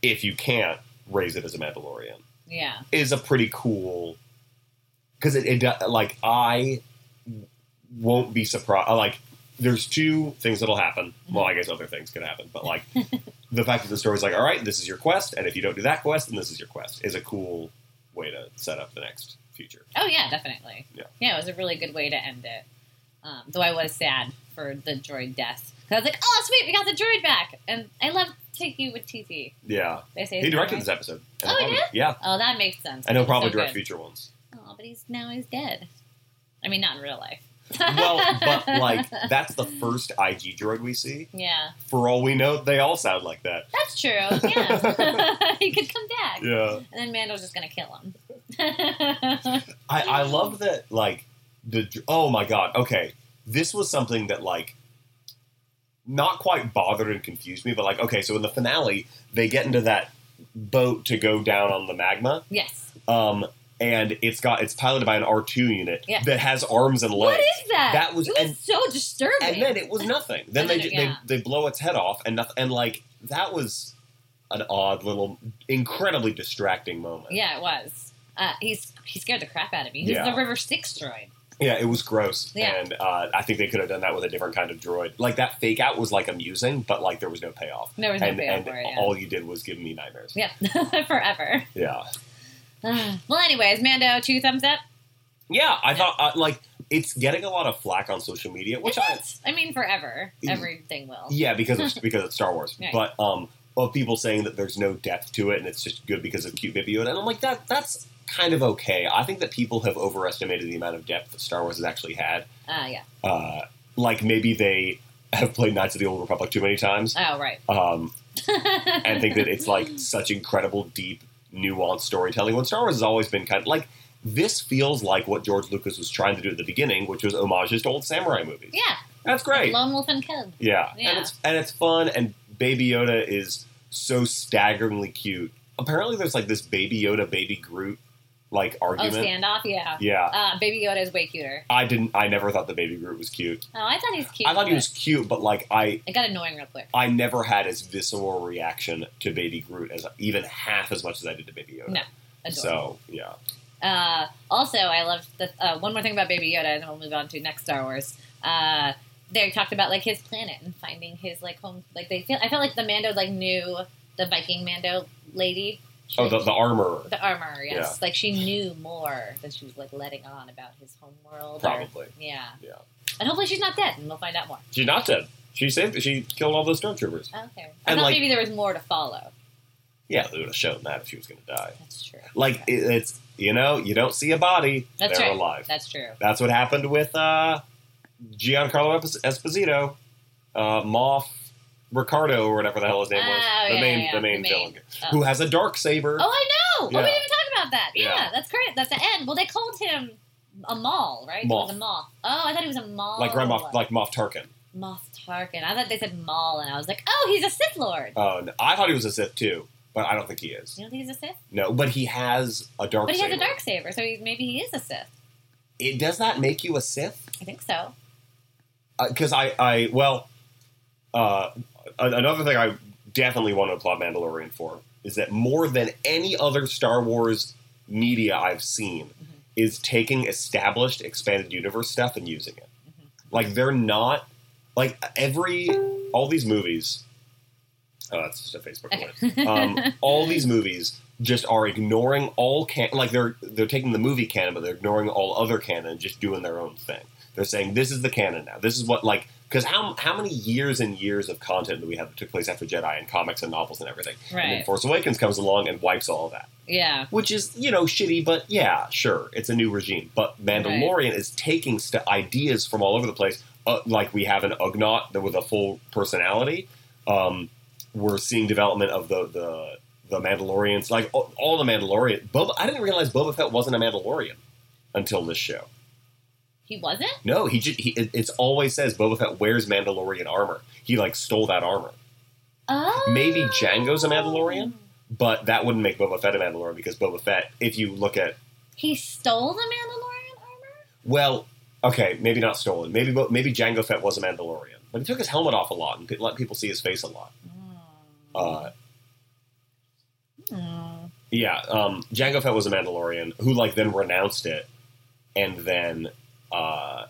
[SPEAKER 2] if you can't raise it as a Mandalorian
[SPEAKER 3] Yeah.
[SPEAKER 2] is a pretty cool because it, it do- like I won't be surprised. Like there's two things that'll happen.
[SPEAKER 3] Mm-hmm.
[SPEAKER 2] Well, I guess other things could happen, but like the fact that the story's like, all right, this is your quest, and if you don't do that quest, then this is your quest is a cool way to set up the next future.
[SPEAKER 3] Oh yeah, definitely.
[SPEAKER 2] Yeah.
[SPEAKER 3] it was a really good way to end it. Um, though I was sad for the droid death. 'Cause I was like, oh sweet, we got the droid back, and I love Tiki with Tiki.
[SPEAKER 2] Yeah,
[SPEAKER 3] They say
[SPEAKER 2] he
[SPEAKER 3] it's
[SPEAKER 2] directed
[SPEAKER 3] alright.
[SPEAKER 2] this episode. And
[SPEAKER 3] Oh,
[SPEAKER 2] I'll
[SPEAKER 3] he
[SPEAKER 2] probably-
[SPEAKER 3] did?
[SPEAKER 2] Yeah,
[SPEAKER 3] Oh, that makes sense.
[SPEAKER 2] and he'll
[SPEAKER 3] It's
[SPEAKER 2] probably
[SPEAKER 3] so
[SPEAKER 2] direct
[SPEAKER 3] good.
[SPEAKER 2] future ones.
[SPEAKER 3] Oh, but he's now he's dead. I mean, not in real life.
[SPEAKER 2] well, but like that's the first IG droid we see.
[SPEAKER 3] yeah,
[SPEAKER 2] For all we know, they all sound like that.
[SPEAKER 3] that's true. Yeah, he could come back.
[SPEAKER 2] Yeah.
[SPEAKER 3] And then Mando's just gonna kill him.
[SPEAKER 2] I, I love that, like, the. Oh my God. Okay. This was something that, like, not quite bothered and confused me, but, like, okay, so in the finale, they get into that boat to go down on the magma.
[SPEAKER 3] Yes.
[SPEAKER 2] Um, and it's got it's piloted by an R two unit
[SPEAKER 3] Yeah.
[SPEAKER 2] that has arms and legs.
[SPEAKER 3] What is that?
[SPEAKER 2] That was,
[SPEAKER 3] it was
[SPEAKER 2] and
[SPEAKER 3] so disturbing.
[SPEAKER 2] and then it was nothing. Then
[SPEAKER 3] And
[SPEAKER 2] they,
[SPEAKER 3] then it-
[SPEAKER 2] they
[SPEAKER 3] yeah.
[SPEAKER 2] they blow its head off and nothing. And like that was an odd little, incredibly distracting moment.
[SPEAKER 3] Yeah, it was. Uh, he's he scared the crap out of me. He's
[SPEAKER 2] Yeah.
[SPEAKER 3] the River Styx droid.
[SPEAKER 2] Yeah, it was gross,
[SPEAKER 3] Yeah.
[SPEAKER 2] and uh, I think they could have done that with a different kind of droid. Like that fake out was like amusing, but like there was no payoff.
[SPEAKER 3] There was no
[SPEAKER 2] and,
[SPEAKER 3] payoff
[SPEAKER 2] and
[SPEAKER 3] for it, yeah.
[SPEAKER 2] all you did was give me nightmares.
[SPEAKER 3] Yeah, forever.
[SPEAKER 2] Yeah,
[SPEAKER 3] Ah. well, anyways, Mando, two thumbs up.
[SPEAKER 2] yeah. I thought uh, like it's getting a lot of flack on social media, which I
[SPEAKER 3] I mean, forever.
[SPEAKER 2] Yeah.
[SPEAKER 3] Everything will.
[SPEAKER 2] Mm. yeah because it's because it's Star Wars,
[SPEAKER 3] Right.
[SPEAKER 2] but um, of people saying that there's no depth to it and it's just good because of cute video, and I'm like that that's kind of okay. I think that people have overestimated the amount of depth that Star Wars has actually had.
[SPEAKER 3] Uh, yeah.
[SPEAKER 2] Uh, like maybe they have played Knights of the Old Republic too many times.
[SPEAKER 3] Oh, right.
[SPEAKER 2] um, and think that it's like such incredible, deep, nuanced storytelling. When Star Wars has always been kind of like this feels like what George Lucas was trying to do at the beginning, which was homages to old samurai movies.
[SPEAKER 3] Yeah.
[SPEAKER 2] That's great.
[SPEAKER 3] Lone Wolf and Cub.
[SPEAKER 2] Yeah,
[SPEAKER 3] Yeah.
[SPEAKER 2] and it's and it's fun. And Baby Yoda is so staggeringly cute. Apparently, there's like this Baby Yoda, Baby Groot like
[SPEAKER 3] Oh,
[SPEAKER 2] argument.
[SPEAKER 3] standoff. Yeah.
[SPEAKER 2] Yeah.
[SPEAKER 3] Uh, Baby Yoda is way cuter.
[SPEAKER 2] I didn't. I never thought the Baby Groot was cute.
[SPEAKER 3] Oh, I thought he's cute.
[SPEAKER 2] I thought he was Uh, cute, but like I
[SPEAKER 3] It got annoying real quick.
[SPEAKER 2] I never had as visceral reaction to Baby Groot as even half as much as I did to Baby Yoda.
[SPEAKER 3] No. Adorable.
[SPEAKER 2] So yeah,
[SPEAKER 3] Uh, also, I loved the uh, one more thing about Baby Yoda, and then we'll move on to next Star Wars. Uh, they talked about like his planet and finding his like home. Like they feel, I felt like the Mando like knew the Viking Mando lady
[SPEAKER 2] Oh, the, the armor.
[SPEAKER 3] The armor, yes.
[SPEAKER 2] Yeah.
[SPEAKER 3] Like she knew more than she was like letting on about his homeworld. or-
[SPEAKER 2] Probably.
[SPEAKER 3] yeah.
[SPEAKER 2] Yeah.
[SPEAKER 3] And hopefully she's not dead, and we'll find out more.
[SPEAKER 2] She's not dead. She saved. She killed all those stormtroopers.
[SPEAKER 3] Okay. I
[SPEAKER 2] And,
[SPEAKER 3] thought
[SPEAKER 2] like-
[SPEAKER 3] maybe there was more to follow.
[SPEAKER 2] Yeah, they would have shown that if she was going to die.
[SPEAKER 3] That's true.
[SPEAKER 2] Like it, it's you know you don't see a body.
[SPEAKER 3] That's
[SPEAKER 2] they're
[SPEAKER 3] right.
[SPEAKER 2] alive.
[SPEAKER 3] That's true.
[SPEAKER 2] That's what happened with uh, Giancarlo Esp- Esposito, uh, Moff Ricardo, or whatever the hell his name was.
[SPEAKER 3] Oh,
[SPEAKER 2] the
[SPEAKER 3] yeah,
[SPEAKER 2] main,
[SPEAKER 3] yeah,
[SPEAKER 2] the main
[SPEAKER 3] the main.
[SPEAKER 2] villain,
[SPEAKER 3] Oh.
[SPEAKER 2] who has a dark saber.
[SPEAKER 3] Oh, I know. Oh, we
[SPEAKER 2] Yeah.
[SPEAKER 3] didn't even talk about that. Yeah,
[SPEAKER 2] Yeah.
[SPEAKER 3] that's correct. That's the end. Well, they called him a mall, right? He was
[SPEAKER 2] Moth.
[SPEAKER 3] a mall. Oh, I thought he was a mall.
[SPEAKER 2] like Grand Moff, like Moff Tarkin.
[SPEAKER 3] Moff Tarkin. I thought they said mall, and I was like, oh, he's a Sith Lord.
[SPEAKER 2] Oh, no, I thought he was a Sith too, but I don't think he is.
[SPEAKER 3] You don't think he's a Sith?
[SPEAKER 2] No, but he has a dark.
[SPEAKER 3] but he
[SPEAKER 2] saber.
[SPEAKER 3] has a dark saber, so he, maybe he is a Sith.
[SPEAKER 2] It does that make you a Sith?
[SPEAKER 3] I think so.
[SPEAKER 2] because Uh, I, I well, uh, a- another thing I definitely want to applaud Mandalorian for is that more than any other Star Wars media I've seen is taking established expanded universe stuff and using it. Like they're not like every all these movies. Oh, that's just a Facebook alert. um, all these movies just are ignoring all can like they're they're taking the movie canon, but they're ignoring all other canon, and just doing their own thing. They're saying this is the canon now. This is what like because how how many years and years of content do we have that took place after Jedi and comics and novels and everything? And then
[SPEAKER 3] Right.
[SPEAKER 2] Force Awakens comes along and wipes all of that
[SPEAKER 3] Yeah.
[SPEAKER 2] which is you know shitty but yeah sure it's a new regime but mandalorian is taking st- ideas from all over the place uh, like we have an ugnaught that with a full personality um, we're seeing development of the the the mandalorians like all, all the mandalorian boba i didn't realize boba fett wasn't a mandalorian until this show
[SPEAKER 3] He wasn't?
[SPEAKER 2] no he, ju- he it, it's always says boba fett wears mandalorian armor he like stole that armor
[SPEAKER 3] Oh.
[SPEAKER 2] Maybe Django's a Mandalorian, but that wouldn't make Boba Fett a Mandalorian because Boba Fett, if you look at
[SPEAKER 3] He stole the Mandalorian?
[SPEAKER 2] Well, okay, maybe not stolen. Maybe bo- maybe Jango Fett was a Mandalorian, but he took his helmet off a lot and pe- let people see his face a lot. Uh,
[SPEAKER 3] Oh.
[SPEAKER 2] yeah, um, Jango Fett was a Mandalorian who like then renounced it, and then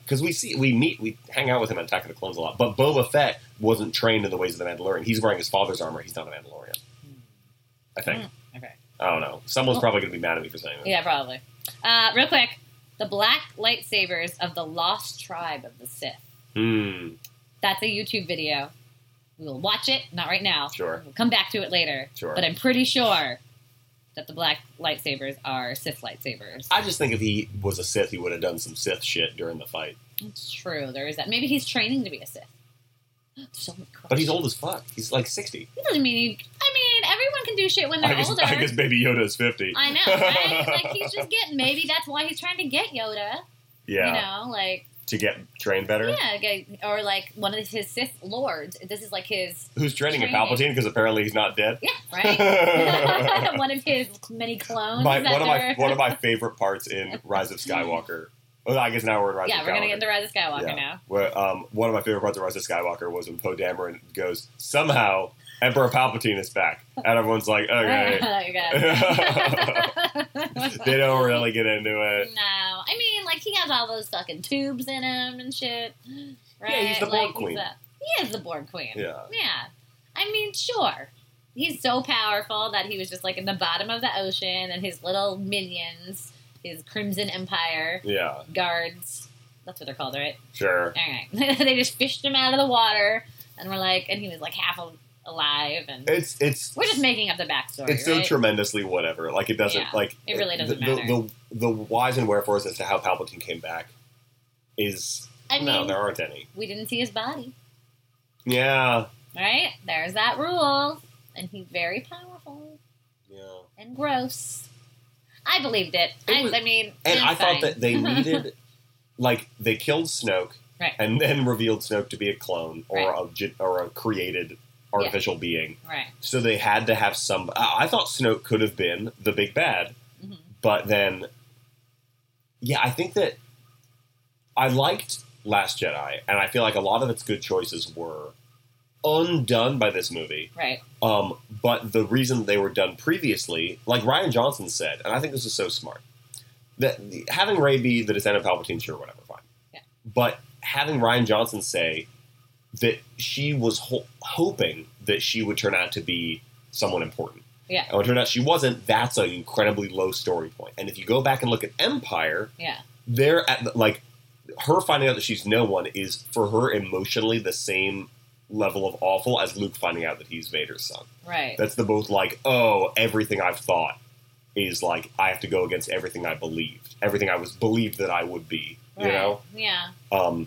[SPEAKER 2] because we see we meet we hang out with him at Attack of the Clones a lot, but Boba Fett wasn't trained in the ways of the Mandalorian. He's wearing his father's armor. He's not a Mandalorian. I think.
[SPEAKER 3] Okay.
[SPEAKER 2] I don't know. Someone's probably going to be mad at me for saying that.
[SPEAKER 3] Yeah, probably. Uh, real quick, the black lightsabers of the lost tribe of the Sith.
[SPEAKER 2] Hmm.
[SPEAKER 3] That's a YouTube video. We will watch it, not right now.
[SPEAKER 2] Sure.
[SPEAKER 3] We'll come back to it later.
[SPEAKER 2] Sure.
[SPEAKER 3] But I'm pretty sure that the black lightsabers are Sith lightsabers.
[SPEAKER 2] I just think if he was a Sith, he would have done some Sith shit during the fight.
[SPEAKER 3] It's true. There is that. Maybe he's training to be a Sith. So many questions.
[SPEAKER 2] But he's old as fuck. He's like sixty.
[SPEAKER 3] That doesn't mean. He, I mean, everyone can do shit when they're
[SPEAKER 2] I guess,
[SPEAKER 3] older.
[SPEAKER 2] I guess Baby Yoda is fifty.
[SPEAKER 3] I know, right? like he's just getting. Maybe that's why he's trying to get Yoda.
[SPEAKER 2] yeah.
[SPEAKER 3] You know, like
[SPEAKER 2] To get trained better.
[SPEAKER 3] yeah, like- or like one of his Sith lords. This is like his
[SPEAKER 2] Who's training him?
[SPEAKER 3] Training.
[SPEAKER 2] Palpatine? Because apparently he's not dead.
[SPEAKER 3] yeah, right. one of his many clones.
[SPEAKER 2] My,
[SPEAKER 3] is that
[SPEAKER 2] one of my
[SPEAKER 3] their-
[SPEAKER 2] one of my favorite parts in Rise of Skywalker. Well, I guess now we're in Rise of
[SPEAKER 3] yeah,
[SPEAKER 2] Skywalker.
[SPEAKER 3] we're gonna get into Rise of Skywalker
[SPEAKER 2] Yeah.
[SPEAKER 3] now.
[SPEAKER 2] Where, um, one of my favorite parts of Rise of Skywalker was when Poe Dameron goes, somehow Emperor Palpatine is back, and everyone's like, okay.
[SPEAKER 3] You got it.
[SPEAKER 2] they don't really get into it.
[SPEAKER 3] No, I mean, like he has all those fucking tubes in him and shit. Right?
[SPEAKER 2] Yeah, he's the
[SPEAKER 3] like,
[SPEAKER 2] Borg queen.
[SPEAKER 3] a- he is the Borg queen.
[SPEAKER 2] Yeah.
[SPEAKER 3] Yeah. I mean, sure. He's so powerful that he was just like in the bottom of the ocean, and his little minions, his Crimson Empire
[SPEAKER 2] Yeah,
[SPEAKER 3] guards. That's what they're called, right?
[SPEAKER 2] sure.
[SPEAKER 3] All right. they just fished him out of the water, and we're like, and he was like half al- alive, and
[SPEAKER 2] It's it's
[SPEAKER 3] we're just making up the backstory.
[SPEAKER 2] it's so
[SPEAKER 3] right?
[SPEAKER 2] tremendously whatever. Like it doesn't
[SPEAKER 3] Yeah,
[SPEAKER 2] like
[SPEAKER 3] it really doesn't
[SPEAKER 2] the,
[SPEAKER 3] matter.
[SPEAKER 2] The, the the whys and wherefores as to how Palpatine came back is
[SPEAKER 3] I
[SPEAKER 2] no,
[SPEAKER 3] mean-
[SPEAKER 2] there aren't any.
[SPEAKER 3] We didn't see his body.
[SPEAKER 2] Yeah,
[SPEAKER 3] Right? There's that rule. And he's very powerful
[SPEAKER 2] yeah.
[SPEAKER 3] and gross. I believed it. I, I mean,
[SPEAKER 2] And
[SPEAKER 3] it's
[SPEAKER 2] I
[SPEAKER 3] fine.
[SPEAKER 2] thought that they needed, like, they killed Snoke
[SPEAKER 3] Right.
[SPEAKER 2] and then revealed Snoke to be a clone or
[SPEAKER 3] Right.
[SPEAKER 2] a gen- or a created artificial being.
[SPEAKER 3] right.
[SPEAKER 2] So they had to have some. I I thought Snoke could have been the big bad, but then, yeah, I think that I liked Last Jedi, and I feel like a lot of its good choices were undone by this movie.
[SPEAKER 3] Right.
[SPEAKER 2] Um, but the reason they were done previously, like Ryan Johnson said, and I think this is so smart, that having Ray be the descendant of Palpatine, sure, whatever, fine. But having Ryan Johnson say that she was ho- hoping that she would turn out to be someone important.
[SPEAKER 3] Yeah.
[SPEAKER 2] And when it turned out she wasn't, that's an incredibly low story point. And if you go back and look at Empire,
[SPEAKER 3] Yeah.
[SPEAKER 2] they're at the, like her finding out that she's no one is for her emotionally the same level of awful as Luke finding out that he's Vader's son.
[SPEAKER 3] Right.
[SPEAKER 2] That's the both like, oh, everything I've thought is like I have to go against everything I believed, everything I was believed that I would be, you
[SPEAKER 3] Right.
[SPEAKER 2] know.
[SPEAKER 3] Yeah.
[SPEAKER 2] Um,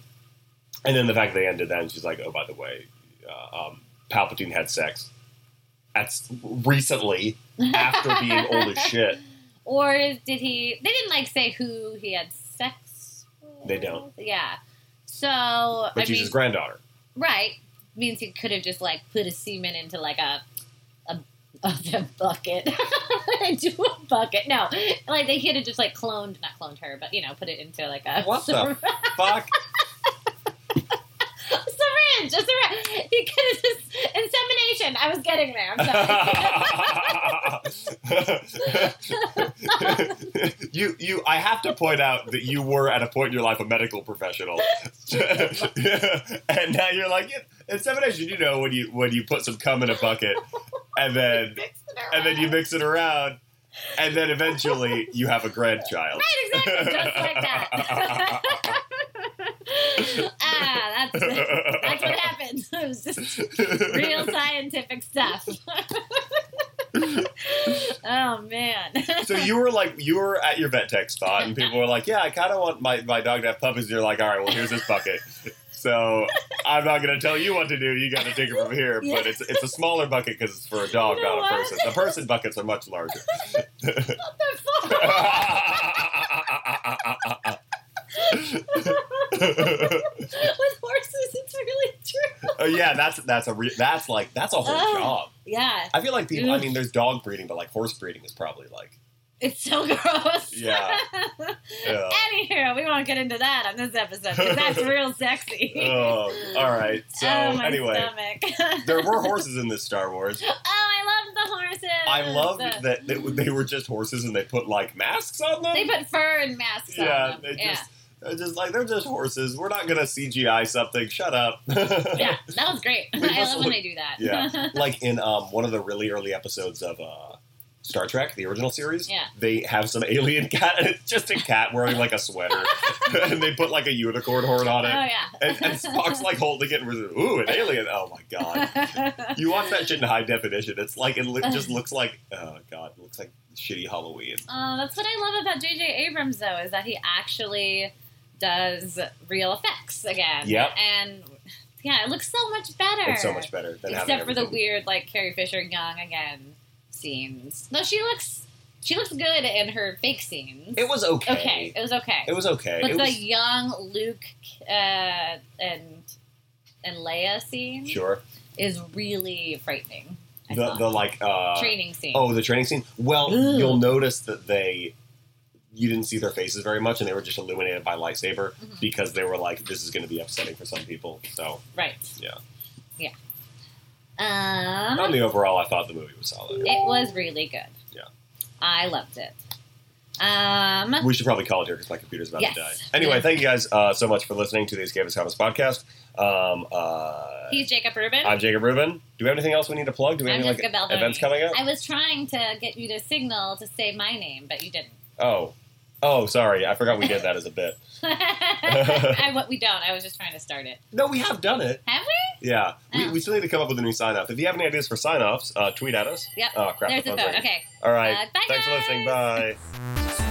[SPEAKER 2] and then the fact that they ended that, and she's like, oh, by the way, uh, um, Palpatine had sex. That's recently after being old as shit.
[SPEAKER 3] Or did he? They didn't like say who he had sex.
[SPEAKER 2] They don't.
[SPEAKER 3] with. Yeah. So
[SPEAKER 2] But
[SPEAKER 3] I
[SPEAKER 2] she's
[SPEAKER 3] mean,
[SPEAKER 2] his granddaughter.
[SPEAKER 3] right means he could have just like put a semen into like a a, a bucket into a bucket. No, like they could have just like cloned, not cloned her, but you know, put it into like a
[SPEAKER 2] What the fuck?
[SPEAKER 3] syringe, a syringe. He could have just insemination. I was getting there. I'm sorry.
[SPEAKER 2] you you I have to point out that you were at a point in your life a medical professional. and now you're like yeah, insemination, you know, when you when you put some cum in a bucket and then and then you mix it around and then eventually you have a grandchild.
[SPEAKER 3] right, exactly, just like that. ah, that's that's what happened. It was just real scientific stuff. oh man.
[SPEAKER 2] so you were like you were at your vet tech spot and people were like yeah i kind of want my, my dog to have puppies and you're like all right well here's this bucket so i'm not going to tell you what to do you got to take it from here but it's it's a smaller bucket because it's for a dog
[SPEAKER 3] You
[SPEAKER 2] not
[SPEAKER 3] know
[SPEAKER 2] a
[SPEAKER 3] what?
[SPEAKER 2] person the person buckets are much larger Uh,
[SPEAKER 3] With horses, it's really true.
[SPEAKER 2] oh uh. yeah that's that's a re- that's like that's a whole
[SPEAKER 3] Oh,
[SPEAKER 2] job
[SPEAKER 3] Yeah.
[SPEAKER 2] i feel like people i mean there's dog breeding but like horse breeding is probably like
[SPEAKER 3] It's so gross.
[SPEAKER 2] Yeah. Yeah.
[SPEAKER 3] Anywho, we won't get into that on this episode 'cause that's real sexy.
[SPEAKER 2] oh all right so
[SPEAKER 3] Oh, my
[SPEAKER 2] anyway
[SPEAKER 3] stomach.
[SPEAKER 2] there were horses in this star wars
[SPEAKER 3] Oh, I love the horses.
[SPEAKER 2] I loved that they, they were just horses and they put like masks on them.
[SPEAKER 3] They put fur and masks
[SPEAKER 2] yeah,
[SPEAKER 3] on them.
[SPEAKER 2] they just they're just like they're just horses. We're not gonna CGI something. Shut up.
[SPEAKER 3] yeah, that was great. I
[SPEAKER 2] Leave us
[SPEAKER 3] love when
[SPEAKER 2] alone.
[SPEAKER 3] they do that.
[SPEAKER 2] yeah, like in um, one of the really early episodes of uh, Star Trek, the original series.
[SPEAKER 3] Yeah.
[SPEAKER 2] they have some alien cat, and it's just a cat wearing like a sweater, and they put like a unicorn horn on it.
[SPEAKER 3] Oh, yeah.
[SPEAKER 2] and, and Spock's like holding it and was ooh, an alien. Oh my god. You watch that shit in high definition. It's like it li- just looks like oh god, it looks like shitty Halloween.
[SPEAKER 3] Oh, that's what I love about J.J. Abrams, though, is that he actually does real effects again.
[SPEAKER 2] Yep.
[SPEAKER 3] And yeah, it looks so much better.
[SPEAKER 2] It's so much better than having
[SPEAKER 3] Except for the
[SPEAKER 2] everything-
[SPEAKER 3] weird, like Carrie Fisher young again scenes. Though she looks, she looks good in her fake scenes.
[SPEAKER 2] It was okay.
[SPEAKER 3] Okay, it was okay.
[SPEAKER 2] It was okay.
[SPEAKER 3] But
[SPEAKER 2] It
[SPEAKER 3] the
[SPEAKER 2] was-
[SPEAKER 3] young Luke uh, and and Leia scene
[SPEAKER 2] Sure.
[SPEAKER 3] is really frightening.
[SPEAKER 2] The the like uh,
[SPEAKER 3] Training scene.
[SPEAKER 2] Oh, the training scene. Well,
[SPEAKER 3] Ooh.
[SPEAKER 2] you'll notice that they you didn't see their faces very much, and they were just illuminated by lightsaber
[SPEAKER 3] Mm-hmm.
[SPEAKER 2] because they were like, "This is going to be upsetting for some people." So
[SPEAKER 3] Right.
[SPEAKER 2] yeah.
[SPEAKER 3] Yeah. Um,
[SPEAKER 2] On the overall, I thought the movie was solid.
[SPEAKER 3] It was really good.
[SPEAKER 2] Yeah.
[SPEAKER 3] I loved it. Um,
[SPEAKER 2] We should probably call it here because my computer's about
[SPEAKER 3] Yes.
[SPEAKER 2] to die. Anyway, thank you guys uh, so much for listening to this Gave Us Comics podcast. Um, uh,
[SPEAKER 3] he's Jacob Rubin.
[SPEAKER 2] I'm Jacob Rubin. Do we have anything else we need to plug? Do we have
[SPEAKER 3] I'm
[SPEAKER 2] any like
[SPEAKER 3] Jessica Balboni.
[SPEAKER 2] events coming up?
[SPEAKER 3] I was trying to get you to signal to say my name, but you didn't.
[SPEAKER 2] oh, oh, sorry, I forgot we did that as a bit.
[SPEAKER 3] I, what we don't. I was just trying to start it.
[SPEAKER 2] No, we have done it.
[SPEAKER 3] Have we?
[SPEAKER 2] Yeah,
[SPEAKER 3] Oh.
[SPEAKER 2] we, we still need to come up with a new sign off. If you have any ideas for sign offs, uh, tweet at us.
[SPEAKER 3] Yep.
[SPEAKER 2] Oh crap!
[SPEAKER 3] There's
[SPEAKER 2] the
[SPEAKER 3] the
[SPEAKER 2] phone's
[SPEAKER 3] phone.
[SPEAKER 2] ringing.
[SPEAKER 3] Okay.
[SPEAKER 2] All right.
[SPEAKER 3] Uh, bye,
[SPEAKER 2] Thanks for listening. Bye.